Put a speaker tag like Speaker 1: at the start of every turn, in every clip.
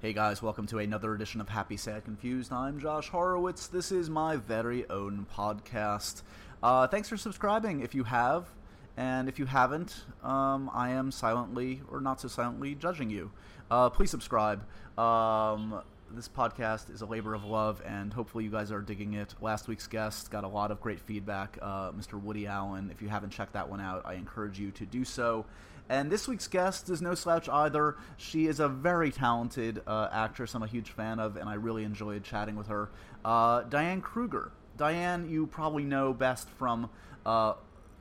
Speaker 1: Hey guys, welcome to another edition of Happy Sad Confused. I'm Josh Horowitz. This is my very own podcast. Uh, thanks for subscribing if you have, and if you haven't, um, I am silently or not so silently judging you. Uh, please subscribe. Um, this podcast is a labor of love, and hopefully, you guys are digging it. Last week's guest got a lot of great feedback, uh, Mr. Woody Allen. If you haven't checked that one out, I encourage you to do so. And this week's guest is no slouch either. She is a very talented uh, actress I'm a huge fan of, and I really enjoyed chatting with her. Uh, Diane Kruger. Diane, you probably know best from uh,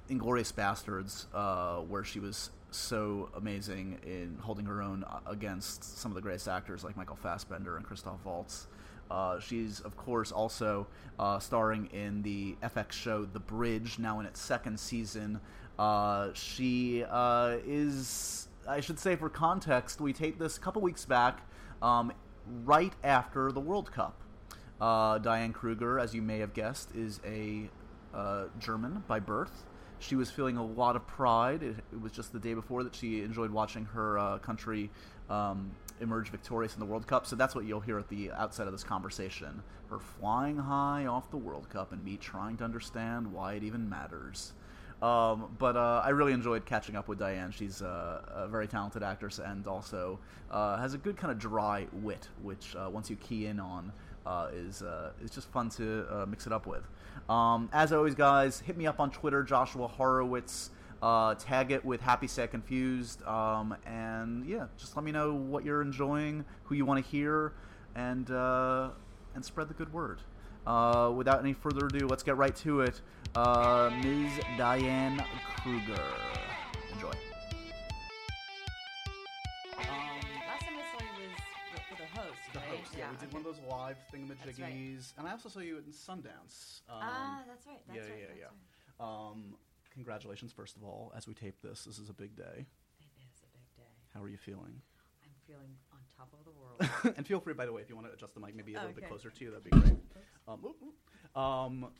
Speaker 1: Inglorious Bastards, uh, where she was so amazing in holding her own uh, against some of the greatest actors like Michael Fassbender and Christoph Waltz. Uh, she's, of course, also uh, starring in the FX show The Bridge, now in its second season. Uh, she uh, is, I should say, for context, we taped this a couple weeks back, um, right after the World Cup. Uh, Diane Kruger, as you may have guessed, is a uh, German by birth. She was feeling a lot of pride. It, it was just the day before that she enjoyed watching her uh, country um, emerge victorious in the World Cup. So that's what you'll hear at the outset of this conversation her flying high off the World Cup and me trying to understand why it even matters. Um, but uh, I really enjoyed catching up with Diane. She's uh, a very talented actress and also uh, has a good kind of dry wit, which uh, once you key in on, uh, is uh, is just fun to uh, mix it up with. Um, as always, guys, hit me up on Twitter, Joshua Horowitz. Uh, tag it with Happy Sad Confused, um, and yeah, just let me know what you're enjoying, who you want to hear, and uh, and spread the good word. Uh, without any further ado, let's get right to it. Uh, Ms. Diane Kruger, enjoy.
Speaker 2: Um, Last time I saw you was with- with a host,
Speaker 1: The
Speaker 2: right?
Speaker 1: host, yeah, we did
Speaker 2: okay.
Speaker 1: one of those live thingamajiggies,
Speaker 2: That's right.
Speaker 1: and I also saw you in Sundance. Um,
Speaker 2: Ah, that's right. That's
Speaker 1: yeah,
Speaker 2: right.
Speaker 1: yeah,
Speaker 2: that's
Speaker 1: yeah.
Speaker 2: right.
Speaker 1: Um, congratulations, first of all, as we tape this. This is a big day.
Speaker 2: It is a big day.
Speaker 1: How are you feeling?
Speaker 2: I'm feeling on top of the world.
Speaker 1: and feel free, by the way, if you want to adjust the mic maybe a little bit
Speaker 2: Okay.
Speaker 1: closer to you, that'd be great. Um, oop, oop. Um,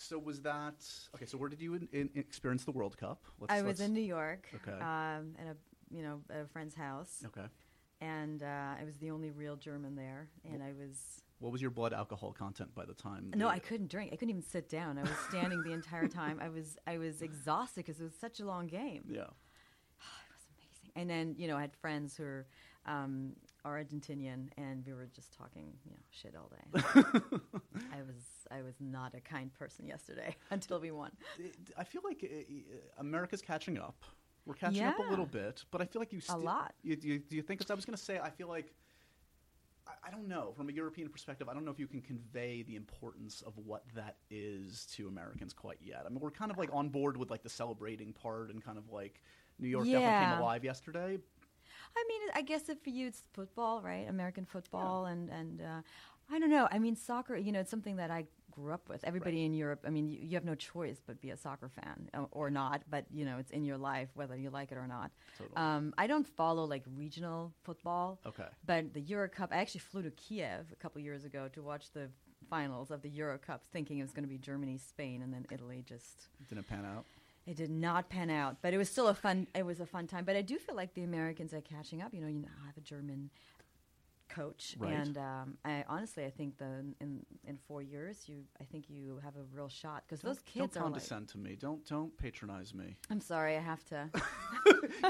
Speaker 1: so was that okay? So where did you in, in, experience the World Cup? Let's,
Speaker 3: I
Speaker 1: let's-
Speaker 3: was in New York,
Speaker 1: Okay.
Speaker 3: um, at a you know at a friend's house,
Speaker 1: Okay.
Speaker 3: and uh, I was the only real German there, and I was
Speaker 1: What was your blood alcohol content by the time?
Speaker 3: no,
Speaker 1: the-
Speaker 3: I couldn't drink, I couldn't even sit down. I was standing the entire time. I was I was exhausted because it was such a long game.
Speaker 1: Yeah.
Speaker 3: It was amazing. And then you know I had friends who were um, Argentinian, and we were just talking you know shit all day. I was I was not a kind person yesterday until we won.
Speaker 1: It- I feel like uh, uh, America's catching up. We're catching up a
Speaker 3: Yeah.
Speaker 1: little bit, but I feel like you still,
Speaker 3: lot.
Speaker 1: You, you, do you think? Because I was going to say, I feel like I, I don't know from a European perspective. I don't know if you can convey the importance of what that is to Americans quite yet. I mean, we're kind of like on board with like the celebrating part and kind of like New York definitely
Speaker 3: Yeah.
Speaker 1: came alive yesterday.
Speaker 3: I mean, I guess if for you it's football, right? American football, and and uh, I don't know. I mean, soccer. You know, it's something that I grew up with. Everybody
Speaker 1: Right.
Speaker 3: in Europe. I mean, you, you have no choice but be a soccer fan uh, or not. But you know, it's in your life whether you like it or not.
Speaker 1: Totally.
Speaker 3: Um, I don't follow like regional football.
Speaker 1: Okay.
Speaker 3: But the Euro Cup. I actually flew to Kiev a couple years ago to watch the finals of the Euro Cup, thinking it was going to be Germany, Spain, and then Italy. Just
Speaker 1: Didn't pan out.
Speaker 3: it did not pan out, but it was still a fun. It was a fun time. But I do feel like the Americans are catching up. You know, you now have a German coach,
Speaker 1: Right.
Speaker 3: and um, I honestly, I think the in in four years, you, I think you have a real shot because those
Speaker 1: don't
Speaker 3: kids are like.
Speaker 1: condescend to me. Don't don't patronize me.
Speaker 3: I'm sorry, I have to.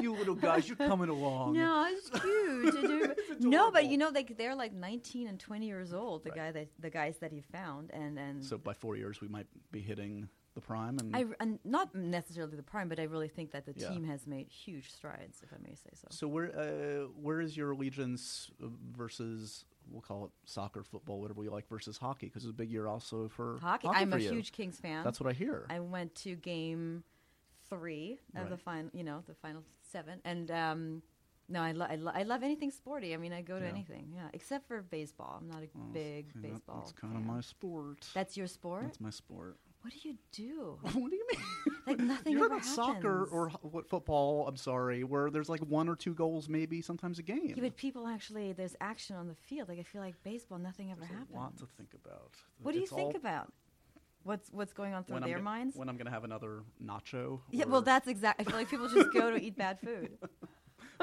Speaker 1: you little guys, you're coming along.
Speaker 3: no, it's cute. Did you- no, but
Speaker 1: adorable.
Speaker 3: you know, like they're like 19 and 20 years old. The
Speaker 1: Right.
Speaker 3: guy that the guys that he found, and and
Speaker 1: So by four years, we might be hitting the prime. And
Speaker 3: I and not necessarily the prime, but I really think that the
Speaker 1: Yeah.
Speaker 3: team has made huge strides, if I may say so.
Speaker 1: So where uh, where is your allegiance uh, versus we'll call it soccer, football, whatever you like, versus hockey? Because it's a big year also for
Speaker 3: hockey. I'm
Speaker 1: for
Speaker 3: a
Speaker 1: you.
Speaker 3: huge Kings fan.
Speaker 1: That's what I hear.
Speaker 3: I went to game three of the
Speaker 1: Right.
Speaker 3: final, you know, the final seven. And um, no, I, lo- I, lo- I love anything sporty. I mean, I go to
Speaker 1: Yeah.
Speaker 3: anything, yeah, except for baseball. I'm not a
Speaker 1: Well,
Speaker 3: big
Speaker 1: see, that-
Speaker 3: baseball.
Speaker 1: That's kind of
Speaker 3: fan.
Speaker 1: my sport.
Speaker 3: That's your sport.
Speaker 1: That's my sport.
Speaker 3: what do you do?
Speaker 1: what do you mean?
Speaker 3: Like nothing
Speaker 1: You're
Speaker 3: ever
Speaker 1: about soccer
Speaker 3: happens.
Speaker 1: or ho- what football? I'm sorry, where there's like one or two goals, maybe sometimes a game.
Speaker 3: Yeah, but people actually, there's action on the field. Like I feel like baseball, nothing ever
Speaker 1: there's
Speaker 3: happens.
Speaker 1: a lot to think about.
Speaker 3: what do you
Speaker 1: It's
Speaker 3: think
Speaker 1: all
Speaker 3: about? What's what's going on through
Speaker 1: when I'm
Speaker 3: their
Speaker 1: go-
Speaker 3: minds?
Speaker 1: When I'm going to have another nacho?
Speaker 3: yeah,
Speaker 1: or
Speaker 3: well, that's exactly. I feel like people just go to eat bad food.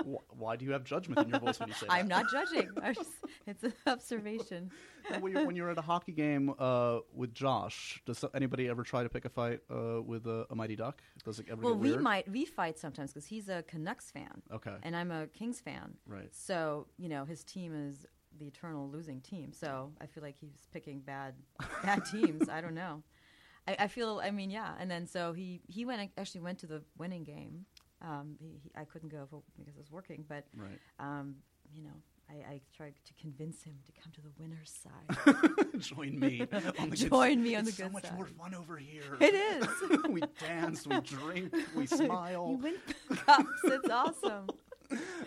Speaker 1: Wh- Why do you have judgment in your voice when you say that?
Speaker 3: I'm not judging. I just, it's an observation.
Speaker 1: And when, you're, when you're at a hockey game uh, with Josh, does anybody ever try to pick a fight uh, with a, a Mighty Duck? Does it ever
Speaker 3: Well,
Speaker 1: get
Speaker 3: we
Speaker 1: weird?
Speaker 3: might we fight sometimes because he's a Canucks fan,
Speaker 1: Okay.
Speaker 3: and I'm a Kings fan.
Speaker 1: Right.
Speaker 3: So you know his team is the eternal losing team. So I feel like he's picking bad bad teams. I don't know. I, I feel. I mean, yeah. And then so he he went actually went to the winning game. Um, he, he, I couldn't go for, because I was working, but
Speaker 1: Right.
Speaker 3: um, you know. I, I tried to convince him to come to the winner's side.
Speaker 1: Join me. On the
Speaker 3: Join
Speaker 1: good,
Speaker 3: me on
Speaker 1: it's
Speaker 3: the
Speaker 1: so
Speaker 3: good
Speaker 1: much
Speaker 3: side.
Speaker 1: more fun over here.
Speaker 3: it is.
Speaker 1: we dance, we drink, we
Speaker 3: You
Speaker 1: smile.
Speaker 3: win cups. It's awesome.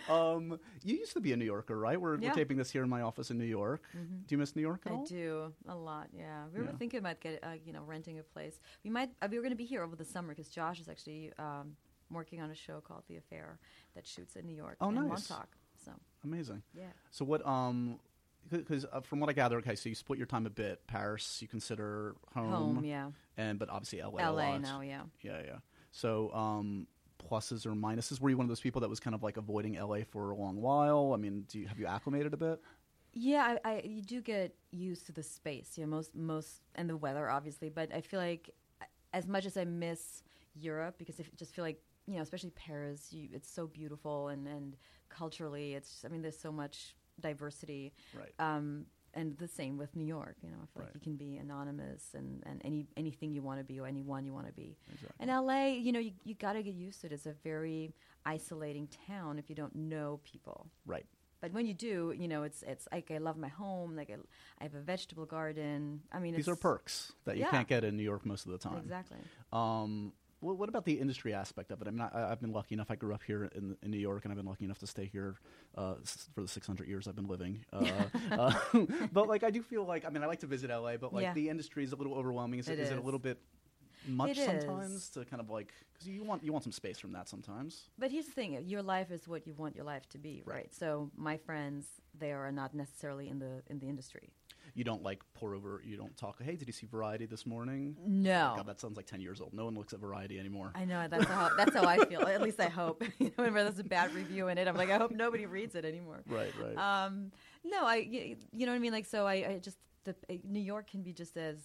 Speaker 1: Um, you used to be a New Yorker, right? We're,
Speaker 3: Yeah. Mm-hmm.
Speaker 1: we're taping this here in my office in New York. Do you miss New York at
Speaker 3: I
Speaker 1: all?
Speaker 3: do a lot. Yeah, we
Speaker 1: Yeah.
Speaker 3: were thinking about get, uh, you know renting a place. We might uh, we were going to be here over the summer because Josh is actually um, working on a show called The Affair that shoots in New York
Speaker 1: Oh,
Speaker 3: in
Speaker 1: nice.
Speaker 3: Montauk. So
Speaker 1: Amazing.
Speaker 3: yeah,
Speaker 1: So what? Um, because uh, from what I gather, okay, so you split your time a bit. Paris, you consider home,
Speaker 3: home. Yeah,
Speaker 1: and but obviously LA, a
Speaker 3: L.A.
Speaker 1: lot.
Speaker 3: now. Yeah.
Speaker 1: Yeah, yeah. So, um, pluses or minuses? Were you one of those people that was kind of like avoiding LA for a long while? I mean, do you, have you acclimated a bit?
Speaker 3: Yeah, I, I you do get used to the space, you know, most most and the weather obviously, but I feel like a- as much as I miss Europe because I f- just feel like you know, especially Paris, you, it's so beautiful and and culturally, it's I mean, there's so much diversity.
Speaker 1: Right.
Speaker 3: Um, and the same with New York, you know, I feel
Speaker 1: Right.
Speaker 3: like you can be anonymous and, and any anything you want to be or anyone you want to be.
Speaker 1: Exactly.
Speaker 3: And LA, you know, you, you got to get used to it. It's a very isolating town if you don't know people.
Speaker 1: Right.
Speaker 3: But when you do, you know, it's it's like I love my home. Like I, I have a vegetable garden. I mean,
Speaker 1: These
Speaker 3: it's,
Speaker 1: are perks that you
Speaker 3: Yeah.
Speaker 1: can't get in New York most of the time.
Speaker 3: Exactly.
Speaker 1: Um, wh- what about the industry aspect of it? I mean, I, I've been lucky enough. I grew up here in, in New York, and I've been lucky enough to stay here uh, s- for the 600 years I've been living. Uh, uh, but like, I do feel like I mean, I like to visit LA, but like
Speaker 3: Yeah.
Speaker 1: the industry is a little overwhelming. Is it,
Speaker 3: It
Speaker 1: is it a
Speaker 3: is.
Speaker 1: little bit much
Speaker 3: It
Speaker 1: sometimes
Speaker 3: is.
Speaker 1: to kind of like because you want you want some space from that sometimes.
Speaker 3: But here's the thing: your life is what you want your life to be,
Speaker 1: Right.
Speaker 3: right? So my friends, they are not necessarily in the in the industry.
Speaker 1: You don't like pour over. You don't talk. Hey, did you see Variety this morning?
Speaker 3: No,
Speaker 1: God, that sounds like 10 years old. No one looks at Variety anymore.
Speaker 3: I know that's how that's how I feel. At least I hope. you know, whenever there's a bad review in it, I'm like, I hope nobody reads it anymore.
Speaker 1: right, right.
Speaker 3: Um, no, I y- you know what I mean. Like, so I, I just the eh, New York can be just as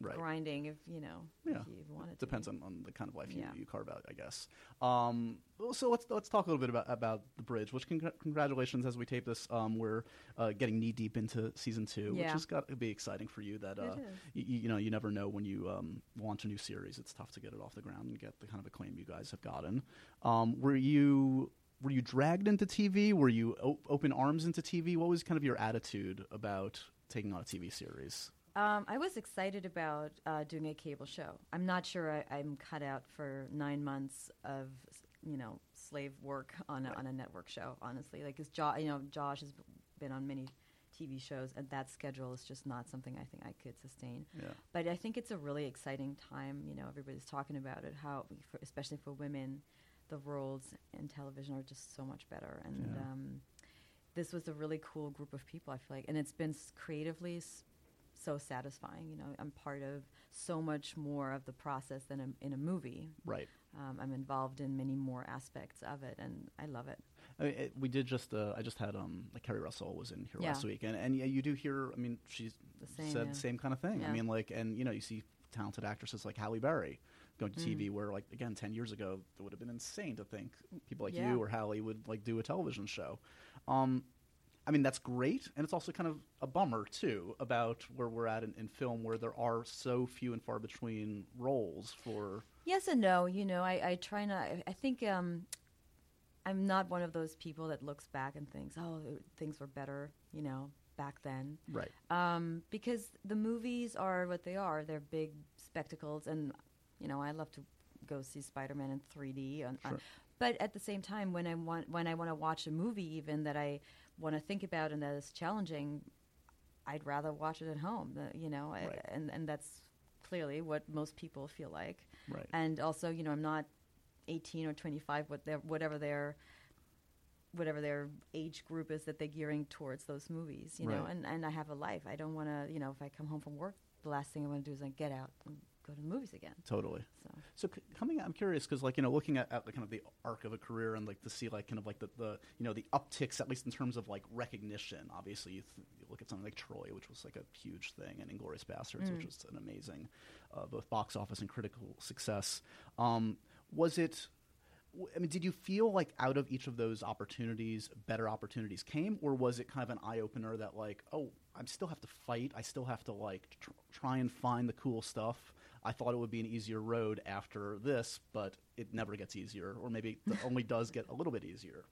Speaker 1: right.
Speaker 3: grinding if you know
Speaker 1: Yeah.
Speaker 3: if you wanted to.
Speaker 1: depends on, on the kind of life
Speaker 3: Yeah.
Speaker 1: you, you carve out, I guess. Um, well, so let's let's talk a little bit about, about the bridge. Which congr- congratulations, as we tape this, um, we're uh, getting knee deep into season two, which
Speaker 3: Yeah.
Speaker 1: has got to be exciting for you. That uh,
Speaker 3: is.
Speaker 1: you, you know you never know when you um, launch a new series. It's tough to get it off the ground and get the kind of acclaim you guys have gotten. Um, were you were you dragged into TV? Were you op- open arms into TV? What was kind of your attitude about taking on a TV series?
Speaker 3: Um, I was excited about uh, doing a cable show. I'm not sure I, I'm cut out for nine months of you know slave work on a, on a network show. Honestly, like 'cause jo- you know Josh has been on many TV shows, and that schedule is just not something I think I could sustain.
Speaker 1: Yeah.
Speaker 3: But I think it's a really exciting time. You know, everybody's talking about it. How, for, especially for women, the roles in television are just so much better. And
Speaker 1: Yeah.
Speaker 3: um, this was a really cool group of people. I feel like, and it's been s- creatively s- so satisfying. You know, I'm part of so much more of the process than I'm in a movie.
Speaker 1: Right.
Speaker 3: Um, I'm involved in many more aspects of it, and I love it.
Speaker 1: I mean, it, we did just. Uh, I just had um, like Carrie Russell was in here
Speaker 3: Yeah.
Speaker 1: last week, and and yeah, you do hear. I mean, she's
Speaker 3: The same,
Speaker 1: said
Speaker 3: yeah.
Speaker 1: the same kind of thing. I
Speaker 3: Yeah.
Speaker 1: mean, like, and you know, you see talented actresses like Halle Berry going to
Speaker 3: Mm.
Speaker 1: TV, where like again, ten years ago, it would have been insane to think people like
Speaker 3: Yeah.
Speaker 1: you or Halle would like do a television show. Um, I mean, that's great, and it's also kind of a bummer too about where we're at in, in film, where there are so few and far between roles for.
Speaker 3: Yes and no. You know, I, I try not. I, I think um, I'm not one of those people that looks back and thinks, "Oh, things were better," you know, back then.
Speaker 1: Right.
Speaker 3: Um, because the movies are what they are. They're big spectacles, and you know, I love to go see Spider Man in 3D. On, on,
Speaker 1: Sure.
Speaker 3: uh, but at the same time, when I want when I want to watch a movie, even that I want to think about and that is challenging, I'd rather watch it at home. uh, You know, I-
Speaker 1: Right.
Speaker 3: and and that's clearly what most people feel like
Speaker 1: Right.
Speaker 3: and also you know i'm not 18 or 25 what their whatever their whatever their age group is that they're gearing towards those movies you know
Speaker 1: Right.
Speaker 3: and and i have a life i don't want to you know if i come home from work the last thing i want to do is like get out and go to the movies again.
Speaker 1: Totally.
Speaker 3: So
Speaker 1: So c- coming, I'm curious because like you know, looking at, at like, kind of the arc of a career and like to see like kind of like the, the you know the upticks at least in terms of like recognition. Obviously, you, th- you look at something like Troy, which was like a huge thing, and Inglorious Bastards, which was an amazing uh, both box office and critical success. Um, was it? w- I mean, did you feel like out of each of those opportunities, better opportunities came, or was it kind of an eye opener that like, oh, I still have to fight, I still have to like tr- try and find the cool stuff. I thought it would be an easier road after this, but it never gets easier, or maybe it only does get a little bit easier.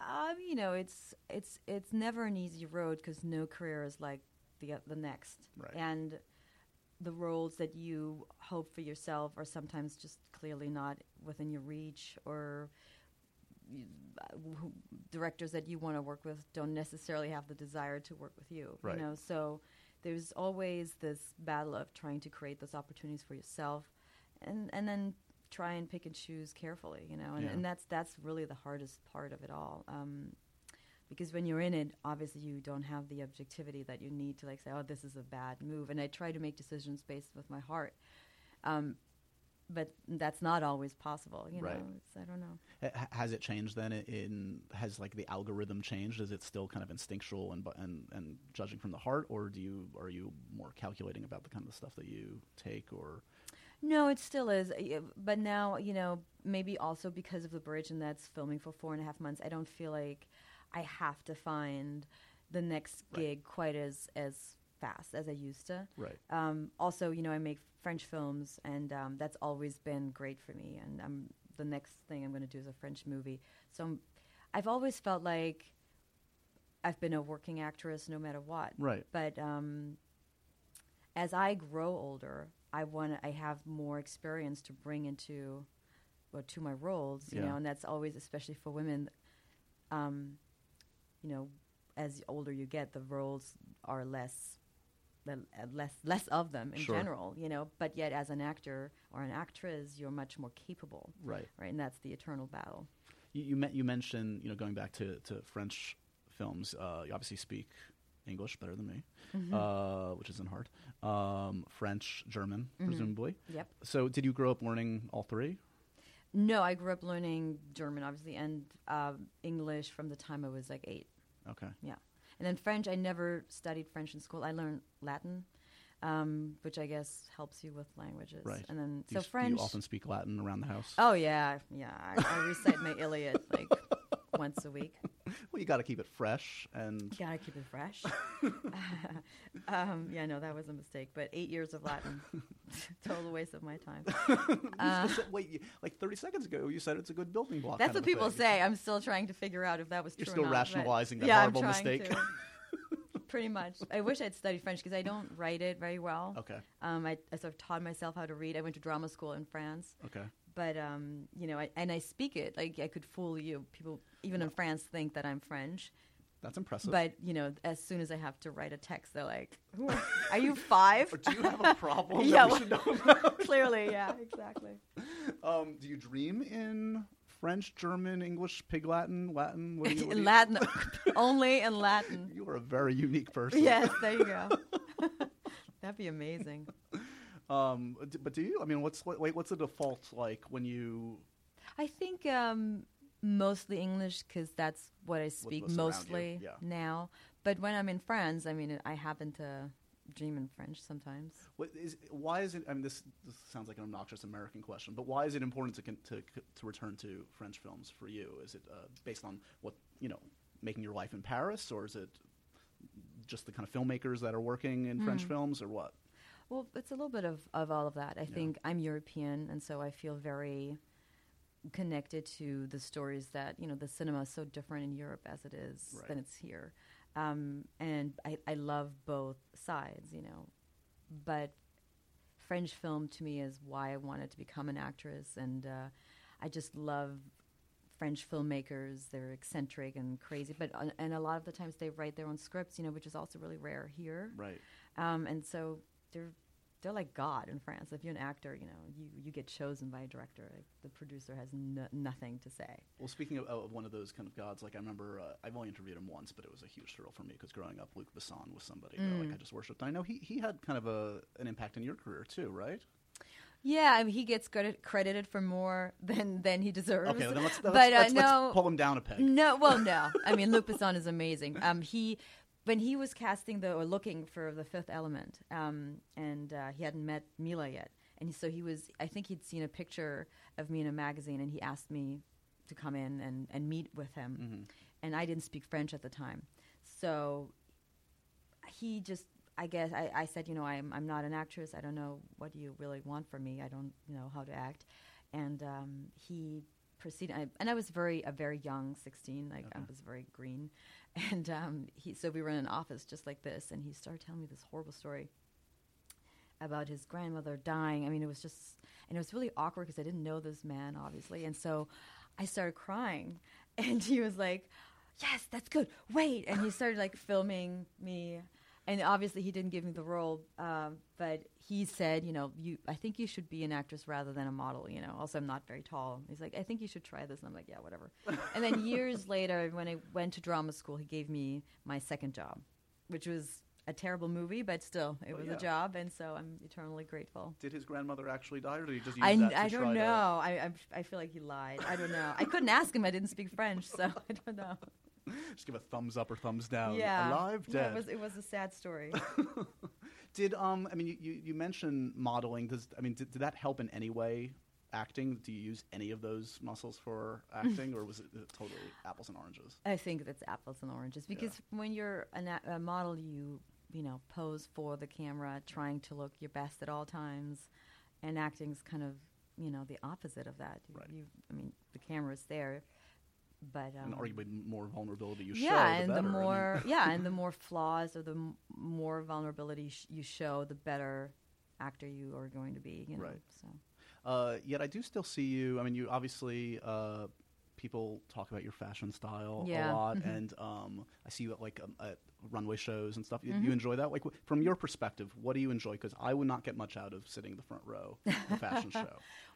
Speaker 3: Um, you know, it's it's it's never an easy road because no career is like the uh, the next,
Speaker 1: Right.
Speaker 3: and the roles that you hope for yourself are sometimes just clearly not within your reach, or you, uh, who, directors that you want to work with don't necessarily have the desire to work with you.
Speaker 1: Right.
Speaker 3: You know, so there's always this battle of trying to create those opportunities for yourself, and and then try and pick and choose carefully. You know, and,
Speaker 1: Yeah.
Speaker 3: and that's that's really the hardest part of it all. Um, because when you're in it, obviously you don't have the objectivity that you need to like say, "Oh, this is a bad move." And I try to make decisions based with my heart, um, but that's not always possible. You
Speaker 1: Right.
Speaker 3: know, it's, I don't know.
Speaker 1: H- h- has it changed then? i- In has like the algorithm changed? Is it still kind of instinctual and bu- and and judging from the heart, or do you are you more calculating about the kind of stuff that you take or
Speaker 3: No, it still is. uh, y- But now, you know, maybe also because of the bridge and that's filming for four and a half months, I don't feel like I have to find the next
Speaker 1: Right.
Speaker 3: gig quite as as fast as I used to.
Speaker 1: right?
Speaker 3: Um, also, you know, I make French films, and um, that's always been great for me. And um, the next thing I'm going to do is a French movie. So I'm, I've always felt like I've been a working actress no matter what.
Speaker 1: Right.
Speaker 3: But um, as I grow older, I want I have more experience to bring into or to my roles, you
Speaker 1: Yeah.
Speaker 3: know, and that's always especially for women. Um, you know, as older you get, the roles are less the- uh, less less of them in
Speaker 1: Sure.
Speaker 3: general, you know. But yet, as an actor or an actress, you're much more capable,
Speaker 1: Right.
Speaker 3: right? And that's the eternal battle.
Speaker 1: You you, men- you mentioned you know going back to, to French films. Uh, you obviously speak English better than me,
Speaker 3: Mm-hmm.
Speaker 1: uh, which isn't hard. Um, French, German,
Speaker 3: Mm-hmm.
Speaker 1: presumably.
Speaker 3: Yep.
Speaker 1: So did you grow up learning all three?
Speaker 3: No, I grew up learning German, obviously, and um English from the time I was like eight.
Speaker 1: Okay.
Speaker 3: Yeah, and then French. I never studied French in school. I learned Latin, um, which I guess helps you with languages.
Speaker 1: Right.
Speaker 3: And then
Speaker 1: Do you,
Speaker 3: so
Speaker 1: s-
Speaker 3: French.
Speaker 1: Do you often speak Latin around the house?
Speaker 3: Oh yeah, yeah. I, I recite my Iliad like once a week.
Speaker 1: Well, you got to keep it fresh and
Speaker 3: Gotta keep it fresh. um, yeah, no, that was a mistake. But eight years of Latin, total waste of my time.
Speaker 1: wait. you- Like thirty seconds ago, you said it's a good building block.
Speaker 3: Uh That's
Speaker 1: kind of
Speaker 3: what
Speaker 1: a
Speaker 3: people
Speaker 1: thing.
Speaker 3: say. I'm still trying to figure out if that was
Speaker 1: You're
Speaker 3: true.
Speaker 1: still
Speaker 3: or not, but-
Speaker 1: rationalizing that
Speaker 3: yeah,
Speaker 1: horrible
Speaker 3: I'm trying
Speaker 1: mistake.
Speaker 3: to. Pretty much. I wish I'd studied French because I don't write it very well.
Speaker 1: Okay.
Speaker 3: Um, I, I sort of taught myself how to read. I went to drama school in France,
Speaker 1: Okay.
Speaker 3: but um, you know, I, and I speak it. Like I could fool you. People even in France think that I'm French.
Speaker 1: That's impressive.
Speaker 3: But you know, as soon as I have to write a text, they're like, Who are, "Are you five?
Speaker 1: Or do you have a problem? that
Speaker 3: Yeah,
Speaker 1: we
Speaker 3: well-
Speaker 1: should know about?
Speaker 3: Clearly, yeah, exactly.
Speaker 1: Um, do you dream in French, German, English, Pig Latin, Latin? What do you, what do
Speaker 3: in
Speaker 1: you-
Speaker 3: Latin, only in Latin.
Speaker 1: You are a very unique person.
Speaker 3: Yes, there you go. That'd be amazing.
Speaker 1: Um, d- but do you? I mean, what's what, wait? What's the default like when you?
Speaker 3: I think um, mostly English because that's what I speak
Speaker 1: what's around you,
Speaker 3: mostly
Speaker 1: yeah.
Speaker 3: now. But when I'm in France, I mean, I happen to dream in French sometimes.
Speaker 1: What is? Why is it? I mean, this, this sounds like an obnoxious American question, but why is it important to con- to c- to return to French films for you? Is it uh, based on what you know, making your life in Paris, or is it just the kind of filmmakers that are working in French films, or what?
Speaker 3: Well, it's a little bit of, of all of that. I think I'm European, and so I feel very connected to the stories that, you know, the cinema is so different in Europe as it is
Speaker 1: Right.
Speaker 3: than it's here. Um, and I, I love both sides, you know. But French film to me is why I wanted to become an actress, and uh, I just love French filmmakers. They're eccentric and crazy, but uh, and a lot of the times they write their own scripts, you know, which is also really rare here
Speaker 1: Right.
Speaker 3: um, and so they're they're like God in France. If you're an actor, you know, you, you get chosen by a director. Like, the producer has no, nothing to say.
Speaker 1: Well, speaking of, of one of those kind of gods, like I remember uh, I've only interviewed him once, but it was a huge thrill for me because growing up, Luc Besson was somebody that,
Speaker 3: Mm.
Speaker 1: like I just worshipped. I know he, he had kind of a an impact in your career too, right?
Speaker 3: Yeah, I mean, he gets credit, credited for more than than he deserves.
Speaker 1: Okay, then let's,
Speaker 3: but
Speaker 1: let's,
Speaker 3: uh,
Speaker 1: let's, let's
Speaker 3: no,
Speaker 1: pull him down a peg.
Speaker 3: No, well, no. I mean, Luc Besson is amazing. Um, he, when he was casting the or looking for the Fifth Element, um, and uh, he hadn't met Mila yet, and so he was. I think he'd seen a picture of me in a magazine, and he asked me to come in and and meet with him,
Speaker 1: Mm-hmm.
Speaker 3: and I didn't speak French at the time, so he just I guess I, I said, you know, I'm, I'm not an actress. I don't know what you really want from me. I don't know how to act. And um, he proceeded, I, and I was very, a very young 16. Like I was very green. And um, he, so we were in an office just like this. And he started telling me this horrible story about his grandmother dying. I mean, it was just, and it was really awkward because I didn't know this man, obviously. And so I started crying. And he was like, Yes, that's good. Wait. And he started like filming me. And obviously, he didn't give me the role, um, but he said, you know, you, I think you should be an actress rather than a model, you know. Also, I'm not very tall. He's like, I think you should try this. And I'm like, yeah, whatever. and then years later, when I went to drama school, he gave me my second job, which was a terrible movie, but still, it was
Speaker 1: Oh, yeah.
Speaker 3: a job. And so I'm eternally grateful.
Speaker 1: Did his grandmother actually die, or did he just use
Speaker 3: I,
Speaker 1: that to
Speaker 3: I
Speaker 1: try
Speaker 3: don't
Speaker 1: to-
Speaker 3: know. I, I I feel like he lied. I don't know. I couldn't ask him. I didn't speak French, so I don't know.
Speaker 1: just give a thumbs up or thumbs down?
Speaker 3: Yeah,
Speaker 1: um, alive,
Speaker 3: Yeah,
Speaker 1: dead.
Speaker 3: it was it was a sad story.
Speaker 1: Did um I mean you, you, you mentioned modeling. Does I mean did, did that help in any way acting? Do you use any of those muscles for acting, or was it uh, totally apples and oranges?
Speaker 3: I think that's apples and oranges because when you're an a, a model, you you know pose for the camera, trying to look your best at all times, and acting's kind of you know the opposite of that. You,
Speaker 1: Right.
Speaker 3: you I mean the camera's there, but um,
Speaker 1: and arguably m- more vulnerability you show,
Speaker 3: yeah, and
Speaker 1: the, better. I mean,
Speaker 3: more yeah, and the more flaws or the m- more vulnerability sh- you show, the better actor you are going to be. You know,
Speaker 1: Right.
Speaker 3: So
Speaker 1: uh, yet I do still see you. I mean, you obviously uh, people talk about your fashion style
Speaker 3: Yeah, mm-hmm.
Speaker 1: a lot, and um, I see you at like um, at runway shows and stuff. You,
Speaker 3: Mm-hmm.
Speaker 1: you enjoy that? Like wh- from your perspective, what do you enjoy? Because I would not get much out of sitting in the front row of a fashion show.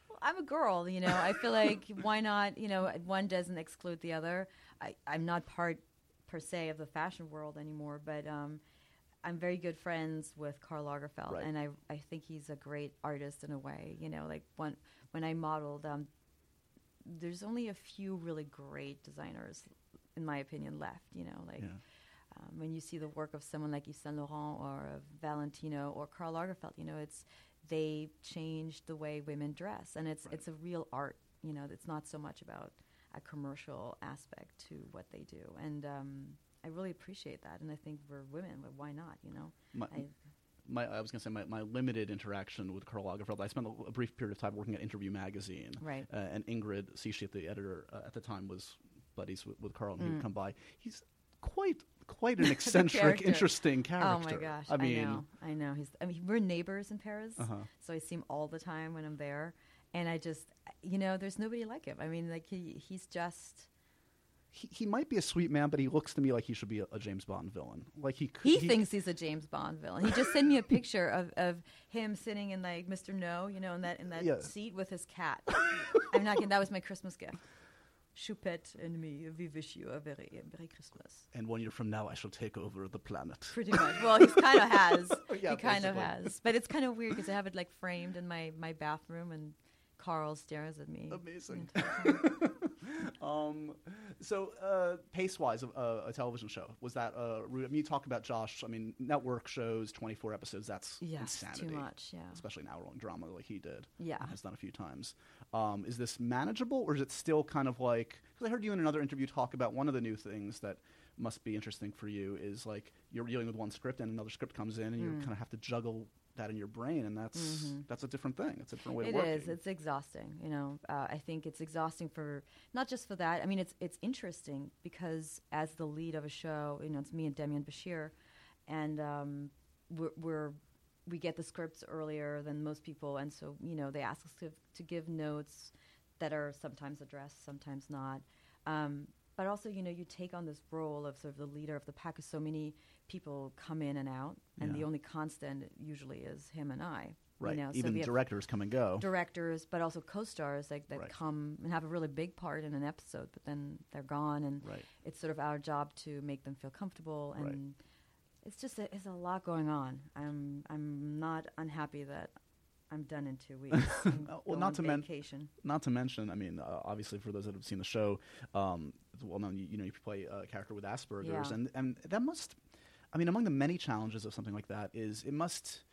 Speaker 3: well, I'm a girl, you know. I feel like why not? You know, one doesn't exclude the other. I, I'm not part per se of the fashion world anymore, but um, I'm very good friends with Karl Lagerfeld,
Speaker 1: Right.
Speaker 3: and I I think he's a great artist in a way. You know, like when when I modeled, um, there's only a few really great designers, in my opinion, left. You know, like
Speaker 1: Yeah.
Speaker 3: um, when you see the work of someone like Yves Saint Laurent or of Valentino or Karl Lagerfeld, you know, it's they changed the way women dress, and it's it's a real art. You know, it's not so much about a commercial aspect to what they do, and um, I really appreciate that. And I think we're women, but why not? You know,
Speaker 1: My-
Speaker 3: I,
Speaker 1: my I was gonna say my, my limited interaction with Karl Lagerfeld. I spent a, a brief period of time working at Interview Magazine,
Speaker 3: Right.
Speaker 1: Uh, and Ingrid Sishit, the editor uh, at the time, was buddies with, with Carl, and
Speaker 3: Mm.
Speaker 1: he would come by. He's quite quite an eccentric,
Speaker 3: character.
Speaker 1: interesting
Speaker 3: oh
Speaker 1: character.
Speaker 3: my gosh,
Speaker 1: I mean, Uh-huh.
Speaker 3: know, I know. He's, I mean, we're neighbors in Paris, so I see him all the time when I'm there, and I just, you know, there's nobody like him. I mean, like he he's just.
Speaker 1: he, he might be a sweet man, but he looks to me like he should be a, a James Bond villain. Like he could,
Speaker 3: He, thinks he's a James Bond villain. He just sent me a picture of, of him sitting in like Mr. No, you know, in that in that
Speaker 1: Yeah.
Speaker 3: seat with his cat. I'm not kidding. That was my Christmas gift. Choupette and me, we wish you a very a Merry Christmas.
Speaker 1: And one year from now, I shall take over the planet.
Speaker 3: Pretty much. Well, he's kind of has.
Speaker 1: Oh, Yeah,
Speaker 3: he kind of
Speaker 1: basically.
Speaker 3: has. But it's kind of weird because I have it like framed in my my bathroom, and Carl stares at me. the
Speaker 1: Amazing.
Speaker 3: entire time.
Speaker 1: Um, so uh, pace-wise, of uh, a television show was that. Uh, rude? I mean, you talk about Josh. I mean, network shows, twenty-four episodes. That's
Speaker 3: Yeah, it's
Speaker 1: insanity.
Speaker 3: too much. Yeah.
Speaker 1: especially an hour-long drama like he did.
Speaker 3: Yeah.
Speaker 1: and has done a few times. Um, is this manageable, or is it still kind of like? Because I heard you in another interview talk about one of the new things that must be interesting for you is like you're dealing with one script and another script comes in, and
Speaker 3: Hmm.
Speaker 1: you kind of have to juggle that in your brain, and that's that's a different thing. It's a different way
Speaker 3: Mm-hmm. It
Speaker 1: of working.
Speaker 3: is. It's exhausting. You know, uh, I think it's exhausting for not just for that. I mean, it's it's interesting because as the lead of a show, you know, it's me and Demian Bashir, and um, we're, we're we get the scripts earlier than most people, and so you know they ask us to to give notes that are sometimes addressed, sometimes not. Um, but also, you know, you take on this role of sort of the leader of the pack, because so many people come in and out, and
Speaker 1: Yeah.
Speaker 3: the only constant usually is him and I.
Speaker 1: right?
Speaker 3: know, so
Speaker 1: Even
Speaker 3: we have-
Speaker 1: directors come and go.
Speaker 3: directors, but also co-stars like, that
Speaker 1: Right.
Speaker 3: come and have a really big part in an episode, but then they're gone, and
Speaker 1: Right.
Speaker 3: it's sort of our job to make them feel comfortable. And
Speaker 1: Right.
Speaker 3: it's just a, it's a lot going on. I'm I'm not unhappy that I'm done in two weeks. I'm
Speaker 1: Uh, well,
Speaker 3: going
Speaker 1: not to men-
Speaker 3: vacation.
Speaker 1: Not to mention, I mean, uh, obviously for those that have seen the show, um, it's well known, you, you know, you play a character with Asperger's,
Speaker 3: Yeah.
Speaker 1: and and that must, I mean, among the many challenges of something like that is it must.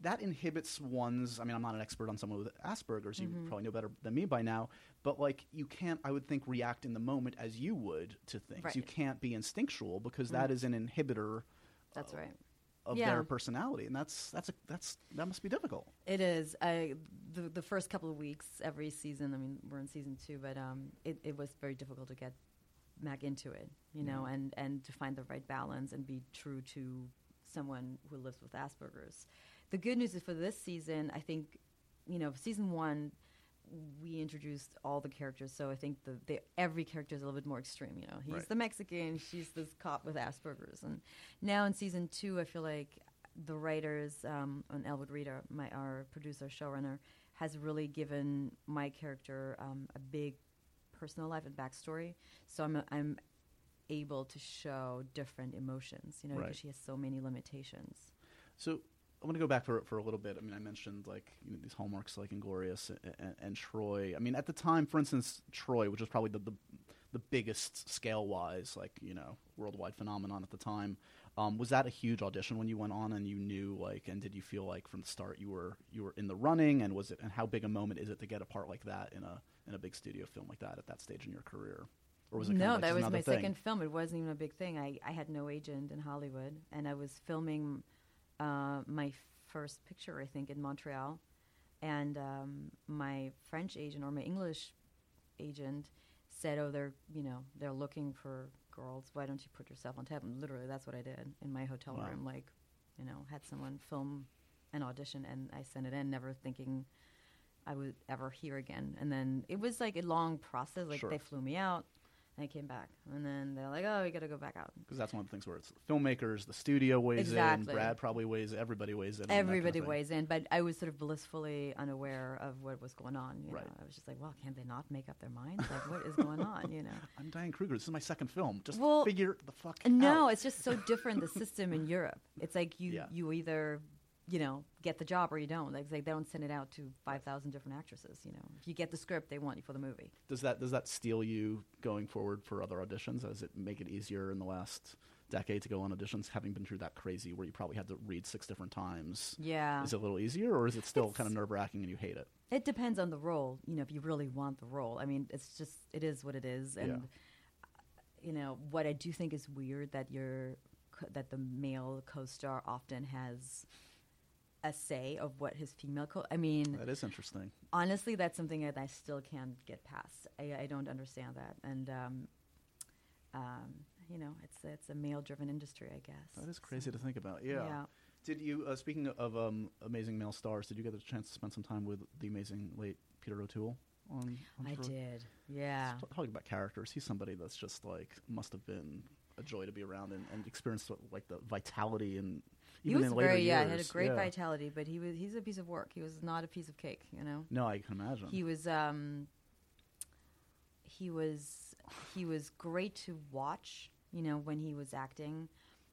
Speaker 1: That inhibits one's. I mean, I'm not an expert on someone with Asperger's. You
Speaker 3: Mm-hmm.
Speaker 1: probably know better than me by now. But like, you can't. I would think react in the moment as you would to things. You
Speaker 3: Right.
Speaker 1: can't be instinctual because that is an inhibitor
Speaker 3: That's
Speaker 1: Oh.
Speaker 3: right.
Speaker 1: of
Speaker 3: Yeah.
Speaker 1: their personality, and that's that's a, that's that must be difficult.
Speaker 3: It is. I, the, the first couple of weeks every season, I mean, we're in season two, but um, it, it was very difficult to get back into it, you know, and, and to find the right balance and be true to someone who lives with Asperger's. The good news is for this season, I think, you know, season one, we introduced all the characters, so I think the, the every character is a little bit more extreme. You know, he's
Speaker 1: Right.
Speaker 3: the Mexican, she's this cop with Asperger's, and now in season two, I feel like the writers um, on Elwood Reader, my our producer showrunner, has really given my character um, a big personal life and backstory. So I'm I'm able to show different emotions, you know,
Speaker 1: Right.
Speaker 3: because she has so many limitations.
Speaker 1: So I want to go back for for a little bit. I mean, I mentioned like you know, these hallmarks like Inglorious and, and, and Troy. I mean, at the time, for instance, Troy, which was probably the the, the biggest scale wise, like you know, worldwide phenomenon at the time. Um, was that a huge audition when you went on and you knew like and did you feel like from the start you were you were in the running and was it and how big a moment is it to get a part like that in a in a big studio film like that at that stage in your career or was it
Speaker 3: no,
Speaker 1: kind of like
Speaker 3: that
Speaker 1: just
Speaker 3: was
Speaker 1: another
Speaker 3: my
Speaker 1: thing?
Speaker 3: second film. It wasn't even a big thing. I, I had no agent in Hollywood, and I was filming uh, my first picture, I think, in Montreal. And um, my French agent or my English agent said, "Oh, they're you know they're looking for girls. Why don't you put yourself on tap?" And literally, that's what I did in my hotel
Speaker 1: Wow.
Speaker 3: room. Like, you know, had someone film an audition, and I sent it in, never thinking I would ever hear again. And then it was like a long process. Like
Speaker 1: Sure.
Speaker 3: they flew me out, and I came back, and then they're like, "Oh, we got to go back out."
Speaker 1: because that's one of the things where it's filmmakers, the studio weighs in,
Speaker 3: Exactly.
Speaker 1: Brad probably weighs, in, everybody weighs in, on that kind of
Speaker 3: Everybody
Speaker 1: thing.
Speaker 3: weighs in, but I was sort of blissfully unaware of what was going on. You
Speaker 1: Right.
Speaker 3: know, I was just like, "Well, can they not make up their minds? Like, what is going on?" You know.
Speaker 1: I'm Diane Kruger. This is my second film. Just
Speaker 3: Well,
Speaker 1: figure the fuck
Speaker 3: No,
Speaker 1: out.
Speaker 3: it's just so different the system in Europe. It's like you
Speaker 1: Yeah.
Speaker 3: you either you know get the job or you don't. Like, like they don't send it out to five thousand different actresses. You know, if you get the script they want you for the movie.
Speaker 1: Does that does that steal you going forward for other auditions? Does it make it easier in the last decade to go on auditions, having been through that crazy where you probably had to read six different times?
Speaker 3: Yeah.
Speaker 1: Is it a little easier, or is it still kind of nerve wracking and you hate it?
Speaker 3: It depends on the role. You know, if you really want the role. I mean, it's just it is what it is, and uh, you know what I do think is weird that your co- that the male co-star often has a say of what his female co. I mean,
Speaker 1: That is interesting.
Speaker 3: honestly, that's something that I still can't get past. I, I don't understand that, and um, um, you know, it's it's a male-driven industry, I guess.
Speaker 1: That is crazy to think about. Yeah.
Speaker 3: Yeah.
Speaker 1: Did you uh, speaking of um, amazing male stars? Did you get a chance to spend some time with the amazing late Peter O'Toole? On, on
Speaker 3: I
Speaker 1: Troy?
Speaker 3: did, yeah.
Speaker 1: T- Talking about characters, he's somebody that's just like must have been a joy to be around and, and experience what- like the vitality and
Speaker 3: He
Speaker 1: even
Speaker 3: was
Speaker 1: in later
Speaker 3: very
Speaker 1: years.
Speaker 3: yeah. He had a great
Speaker 1: yeah.
Speaker 3: vitality, but he was he's a piece of work. He was not a piece of cake, you know.
Speaker 1: No, I can imagine.
Speaker 3: He was um, he was he was great to watch, you know, when he was acting.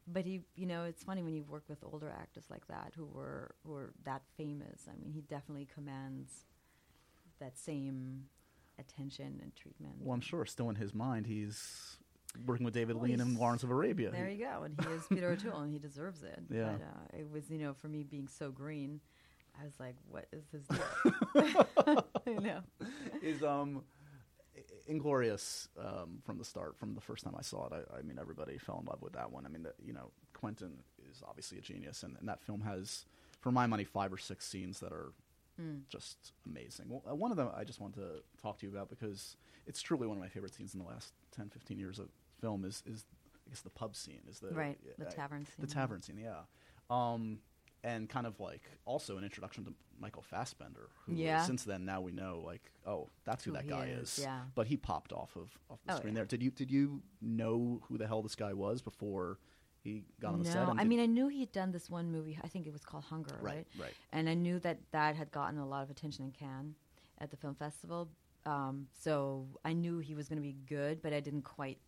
Speaker 3: But he, you know, it's funny when you work with older actors like that who were who were that famous. I mean, he definitely commands that same attention and treatment.
Speaker 1: well, I'm sure still in his mind, he's working with David
Speaker 3: Well,
Speaker 1: Lean and
Speaker 3: Oh, he's-
Speaker 1: Lawrence of Arabia.
Speaker 3: There
Speaker 1: He-
Speaker 3: you go. And he is Peter O'Toole, and he deserves it.
Speaker 1: Yeah.
Speaker 3: But uh, it was, you know, for me being so green, I was like, what is this? you know.
Speaker 1: is um inglorious um, from the start from the first time i saw it I, I mean everybody fell in love with that one i mean the, you know quentin is obviously a genius and, and that film has for my money five or six scenes that are
Speaker 3: Mm.
Speaker 1: just amazing well, uh, one of them i just want to talk to you about because it's truly one of my favorite scenes in the last 10 15 years of film is is i guess the pub scene is the uh,
Speaker 3: Right, the
Speaker 1: I-
Speaker 3: tavern
Speaker 1: the
Speaker 3: scene.
Speaker 1: tavern scene yeah um and kind of like also an introduction to michael fassbender who
Speaker 3: Yeah.
Speaker 1: since then now we know like oh that's who
Speaker 3: Who
Speaker 1: that
Speaker 3: he
Speaker 1: guy is,
Speaker 3: is, yeah.
Speaker 1: but he popped off of off the
Speaker 3: Oh,
Speaker 1: screen
Speaker 3: yeah.
Speaker 1: there did you did you know who the hell this guy was before he got on the
Speaker 3: no,
Speaker 1: set. and
Speaker 3: I
Speaker 1: did-
Speaker 3: mean, I knew he'd done this one movie. I think it was called Hunger,
Speaker 1: Right,
Speaker 3: right?
Speaker 1: right.
Speaker 3: And I knew that that had gotten a lot of attention in Cannes at the film festival. Um, so I knew he was going to be good, but I didn't quite,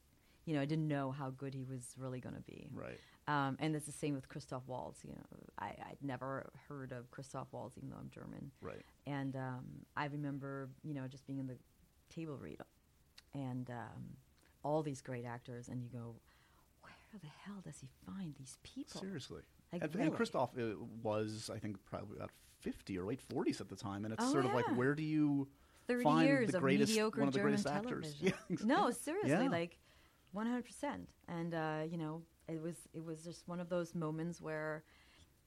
Speaker 3: you know, I didn't know how good he was really going to be.
Speaker 1: right.
Speaker 3: Um, and it's the same with Christoph Waltz. You know, I, I'd never heard of Christoph Waltz, even though I'm German.
Speaker 1: Right.
Speaker 3: And um, I remember, you know, just being in the table read and um, all these great actors, and you go, where the hell does he find these people?
Speaker 1: Seriously.
Speaker 3: Like,
Speaker 1: and, and
Speaker 3: really?
Speaker 1: Christoph uh, was, I think, probably about 50 or late 40s at the time. And it's
Speaker 3: Oh,
Speaker 1: sort of like,
Speaker 3: yeah.
Speaker 1: where do you
Speaker 3: 30
Speaker 1: find
Speaker 3: years
Speaker 1: the
Speaker 3: of
Speaker 1: greatest,
Speaker 3: mediocre
Speaker 1: one of the
Speaker 3: German
Speaker 1: greatest actors?
Speaker 3: television.
Speaker 1: ex-
Speaker 3: No, seriously,
Speaker 1: Yeah.
Speaker 3: like 100%. And uh, you know, it was it was just one of those moments where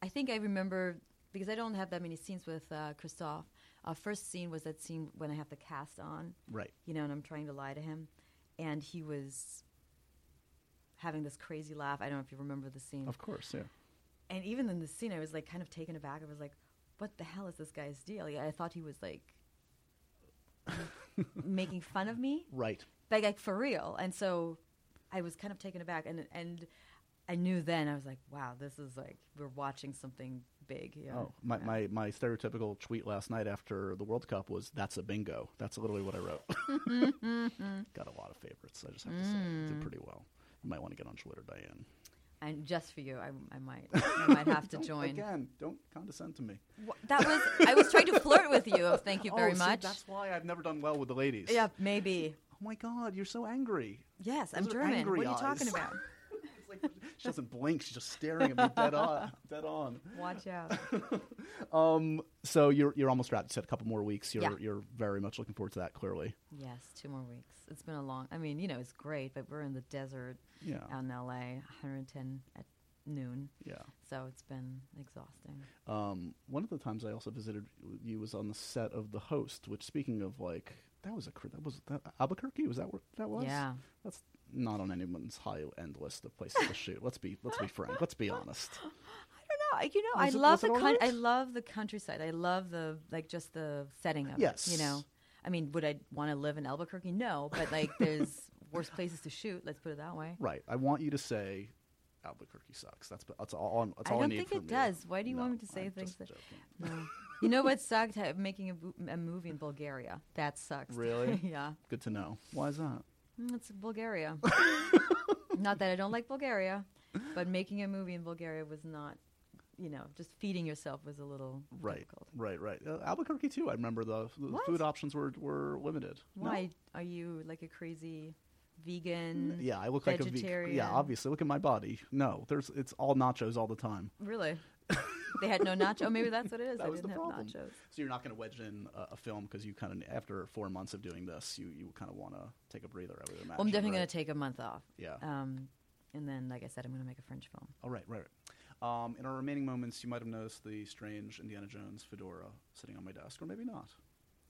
Speaker 3: I think I remember because I don't have that many scenes with uh, Christoph. Our first scene was that scene when I have the cast on,
Speaker 1: Right.
Speaker 3: you know, and I'm trying to lie to him, and he was having this crazy laugh. I don't know if you remember the scene.
Speaker 1: Of course, yeah.
Speaker 3: And even in the scene, I was like kind of taken aback. I was like, "What the hell is this guy's deal?" Like, I thought he was like making fun of me
Speaker 1: Right.
Speaker 3: like, like for real. And so I was kind of taken aback, and and I knew then I was like, wow, this is like we're watching something big. You
Speaker 1: Oh,
Speaker 3: know?
Speaker 1: my, my, my stereotypical tweet last night after the World Cup was, that's a bingo. That's literally what I wrote.
Speaker 3: Mm-hmm.
Speaker 1: Got a lot of favorites, I just have to say.
Speaker 3: Mm.
Speaker 1: Did pretty well. You might want to get on Twitter, Diane.
Speaker 3: and just for you, I, I might I might have to
Speaker 1: Don't-
Speaker 3: join.
Speaker 1: Again, don't condescend to me.
Speaker 3: Wha- That was I was trying to flirt with you. of Thank you very
Speaker 1: oh, see,
Speaker 3: much.
Speaker 1: that's why I've never done well with the ladies.
Speaker 3: yeah, maybe.
Speaker 1: Oh my God, you're so angry.
Speaker 3: Yes, I'm
Speaker 1: Those are
Speaker 3: German. What
Speaker 1: angry
Speaker 3: are you talking
Speaker 1: eyes.
Speaker 3: about?
Speaker 1: It's like she doesn't blink. She's just staring at me dead on. Dead on.
Speaker 3: Watch out.
Speaker 1: Um. So you're you're almost wrapped. You said a couple more weeks. You're
Speaker 3: Yeah.
Speaker 1: you're very much looking forward to that. Clearly.
Speaker 3: Yes, two more weeks. It's been a long. I mean, you know, it's great, but we're in the desert
Speaker 1: Yeah.
Speaker 3: out in LA, 110 at noon.
Speaker 1: Yeah.
Speaker 3: So it's been exhausting.
Speaker 1: Um. One of the times I also visited you was on the set of The Host. Which, speaking of like, that was a cr- that was that Albuquerque. Was that where that was?
Speaker 3: Yeah.
Speaker 1: That's not on anyone's high end list of places to shoot. Let's be let's be frank. Let's be honest.
Speaker 3: don't know. You know,
Speaker 1: Was it-
Speaker 3: I
Speaker 1: was
Speaker 3: love
Speaker 1: it
Speaker 3: the
Speaker 1: all
Speaker 3: coun- I
Speaker 1: right?
Speaker 3: love the countryside. I love the like just the setting of it.
Speaker 1: Yes.
Speaker 3: You know, I mean, would I want to live in Albuquerque? No, but like there's worse places to shoot. Let's put it that way.
Speaker 1: Right. I want you to say Albuquerque sucks. That's that's all. That's
Speaker 3: I
Speaker 1: all I
Speaker 3: don't
Speaker 1: need
Speaker 3: think
Speaker 1: from
Speaker 3: it
Speaker 1: you.
Speaker 3: does. Why do you want
Speaker 1: No,
Speaker 3: me to say
Speaker 1: I'm
Speaker 3: things
Speaker 1: just
Speaker 3: that-
Speaker 1: joking.
Speaker 3: No. you know what sucked? Ha- Making a, bo- a movie in Bulgaria. That sucks.
Speaker 1: Really?
Speaker 3: yeah.
Speaker 1: Good to know. Why is that?
Speaker 3: Mm, It's Bulgaria. not that I don't like Bulgaria, but making a movie in Bulgaria was not. You know, just feeding yourself was a little
Speaker 1: Right,
Speaker 3: difficult.
Speaker 1: right, right. Uh, Albuquerque too. I remember the, the
Speaker 3: What?
Speaker 1: food options were were limited. No?
Speaker 3: Why are you like a crazy vegan?
Speaker 1: Mm, Yeah, I look like a vegan.
Speaker 3: vegetarian?
Speaker 1: Yeah, obviously. Look at my body. No, there's it's all nachos all the time.
Speaker 3: Really? they had no nacho. Maybe that's what it is.
Speaker 1: That
Speaker 3: they
Speaker 1: was the
Speaker 3: didn't have
Speaker 1: problem.
Speaker 3: nachos.
Speaker 1: So you're not going to wedge in a, a film because you kind of after four months of doing this, you you kind of want to take a breather. I would imagine.
Speaker 3: Well, I'm definitely going
Speaker 1: right? Ah.
Speaker 3: to take a month off.
Speaker 1: Yeah.
Speaker 3: Um, and then, like I said, I'm going to make a French film.
Speaker 1: All right, right, right. Um, in our remaining moments, you might have noticed the strange Indiana Jones fedora sitting on my desk, or maybe not.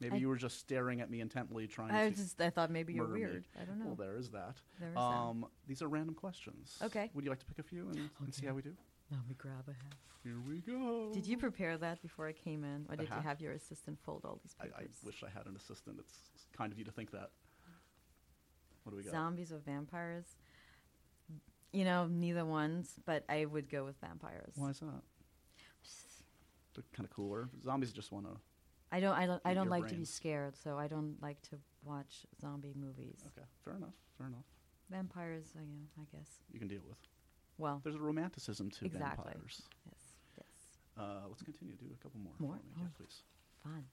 Speaker 1: Maybe
Speaker 3: I-
Speaker 1: you were just staring at me intently, trying
Speaker 3: I
Speaker 1: to
Speaker 3: just I thought maybe you're
Speaker 1: murder me.
Speaker 3: weird. I don't know.
Speaker 1: Well, there is that.
Speaker 3: There is that.
Speaker 1: um, These are random questions.
Speaker 3: Okay.
Speaker 1: Would you like to pick a few and, and see how we do?
Speaker 3: Let me grab a hat.
Speaker 1: Here we go.
Speaker 3: Did you prepare that before I came in, or did
Speaker 1: hat?
Speaker 3: you have your assistant fold all these
Speaker 1: I,
Speaker 3: papers?
Speaker 1: I wish I had an assistant. It's kind of you to think that. What do we got?
Speaker 3: Zombies or vampires? You know, neither ones, but I would go with vampires.
Speaker 1: Why is that? They're kind of cooler. Zombies just want to.
Speaker 3: I don't. I don't. I
Speaker 1: Eat
Speaker 3: don't
Speaker 1: your
Speaker 3: like to be
Speaker 1: brains.
Speaker 3: scared, so I don't like to watch zombie movies.
Speaker 1: Okay, fair enough. Fair enough.
Speaker 3: Vampires, I, you know, I guess.
Speaker 1: You can deal with.
Speaker 3: Well,
Speaker 1: There's a romanticism to
Speaker 3: Exactly.
Speaker 1: vampires.
Speaker 3: yes, yes,
Speaker 1: Uh, let's continue. Do a couple more.
Speaker 3: More?
Speaker 1: for me. Yeah,
Speaker 3: Oh.
Speaker 1: please.
Speaker 3: fun.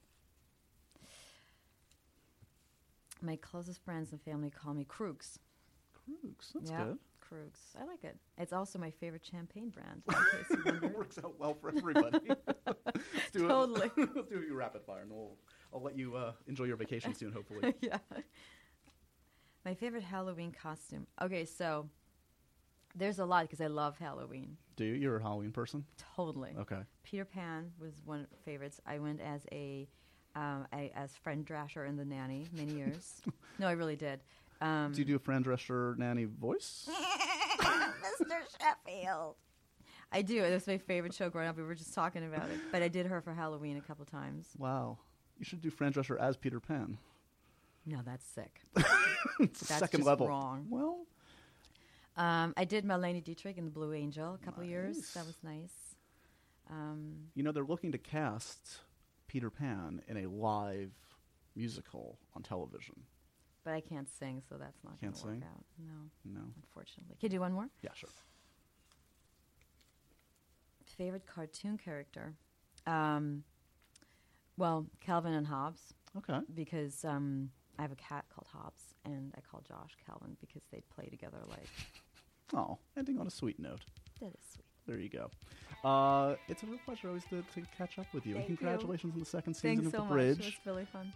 Speaker 3: My closest friends and family call me Krugs.
Speaker 1: Crooks. That's
Speaker 3: yeah,
Speaker 1: good.
Speaker 3: Krugs. I like it. It's also my favorite champagne brand. in case you
Speaker 1: It
Speaker 3: wondered.
Speaker 1: works out well for everybody. let's do
Speaker 3: Totally.
Speaker 1: A, let's do a few rapid fire, and we'll, I'll let you uh, enjoy your vacation soon, hopefully.
Speaker 3: yeah. My favorite Halloween costume. Okay, so there's a lot because I love Halloween.
Speaker 1: do you? You're a Halloween person.
Speaker 3: Totally.
Speaker 1: Okay.
Speaker 3: Peter Pan was one of favorites. I went as a, um, I, as friend Drasher in The Nanny many years. no, I really did. Um,
Speaker 1: Do you do a friend dresser nanny voice?
Speaker 3: Mr. Sheffield. I do. It was my favorite show growing up. We were just talking about it, but I did her for Halloween a couple times.
Speaker 1: wow. You should do friend dresser as Peter Pan.
Speaker 3: No, that's sick.
Speaker 1: it's the
Speaker 3: That's
Speaker 1: second
Speaker 3: just
Speaker 1: level.
Speaker 3: wrong.
Speaker 1: Well,
Speaker 3: Um, I did Marlene Dietrich in The Blue Angel a couple years.
Speaker 1: Nice.
Speaker 3: That was nice. Um,
Speaker 1: You know, they're looking to cast Peter Pan in a live musical on television.
Speaker 3: but I can't sing, so that's not going
Speaker 1: Can't
Speaker 3: to work
Speaker 1: sing?
Speaker 3: out. No,
Speaker 1: No.
Speaker 3: unfortunately. Can you do one more?
Speaker 1: Yeah, sure.
Speaker 3: Favorite cartoon character? Um, well, Calvin and Hobbes,
Speaker 1: Okay.
Speaker 3: because um, I have a cat called Hobbes, and I call Josh Calvin because they play together like
Speaker 1: Oh, ending on a sweet note.
Speaker 3: that is sweet.
Speaker 1: There you go. Uh, it's a real pleasure always to, to catch up with you. and
Speaker 3: Thank you.
Speaker 1: congratulations on the second season
Speaker 3: Thanks
Speaker 1: of
Speaker 3: so
Speaker 1: The
Speaker 3: much. It
Speaker 1: Bridge.
Speaker 3: was really fun.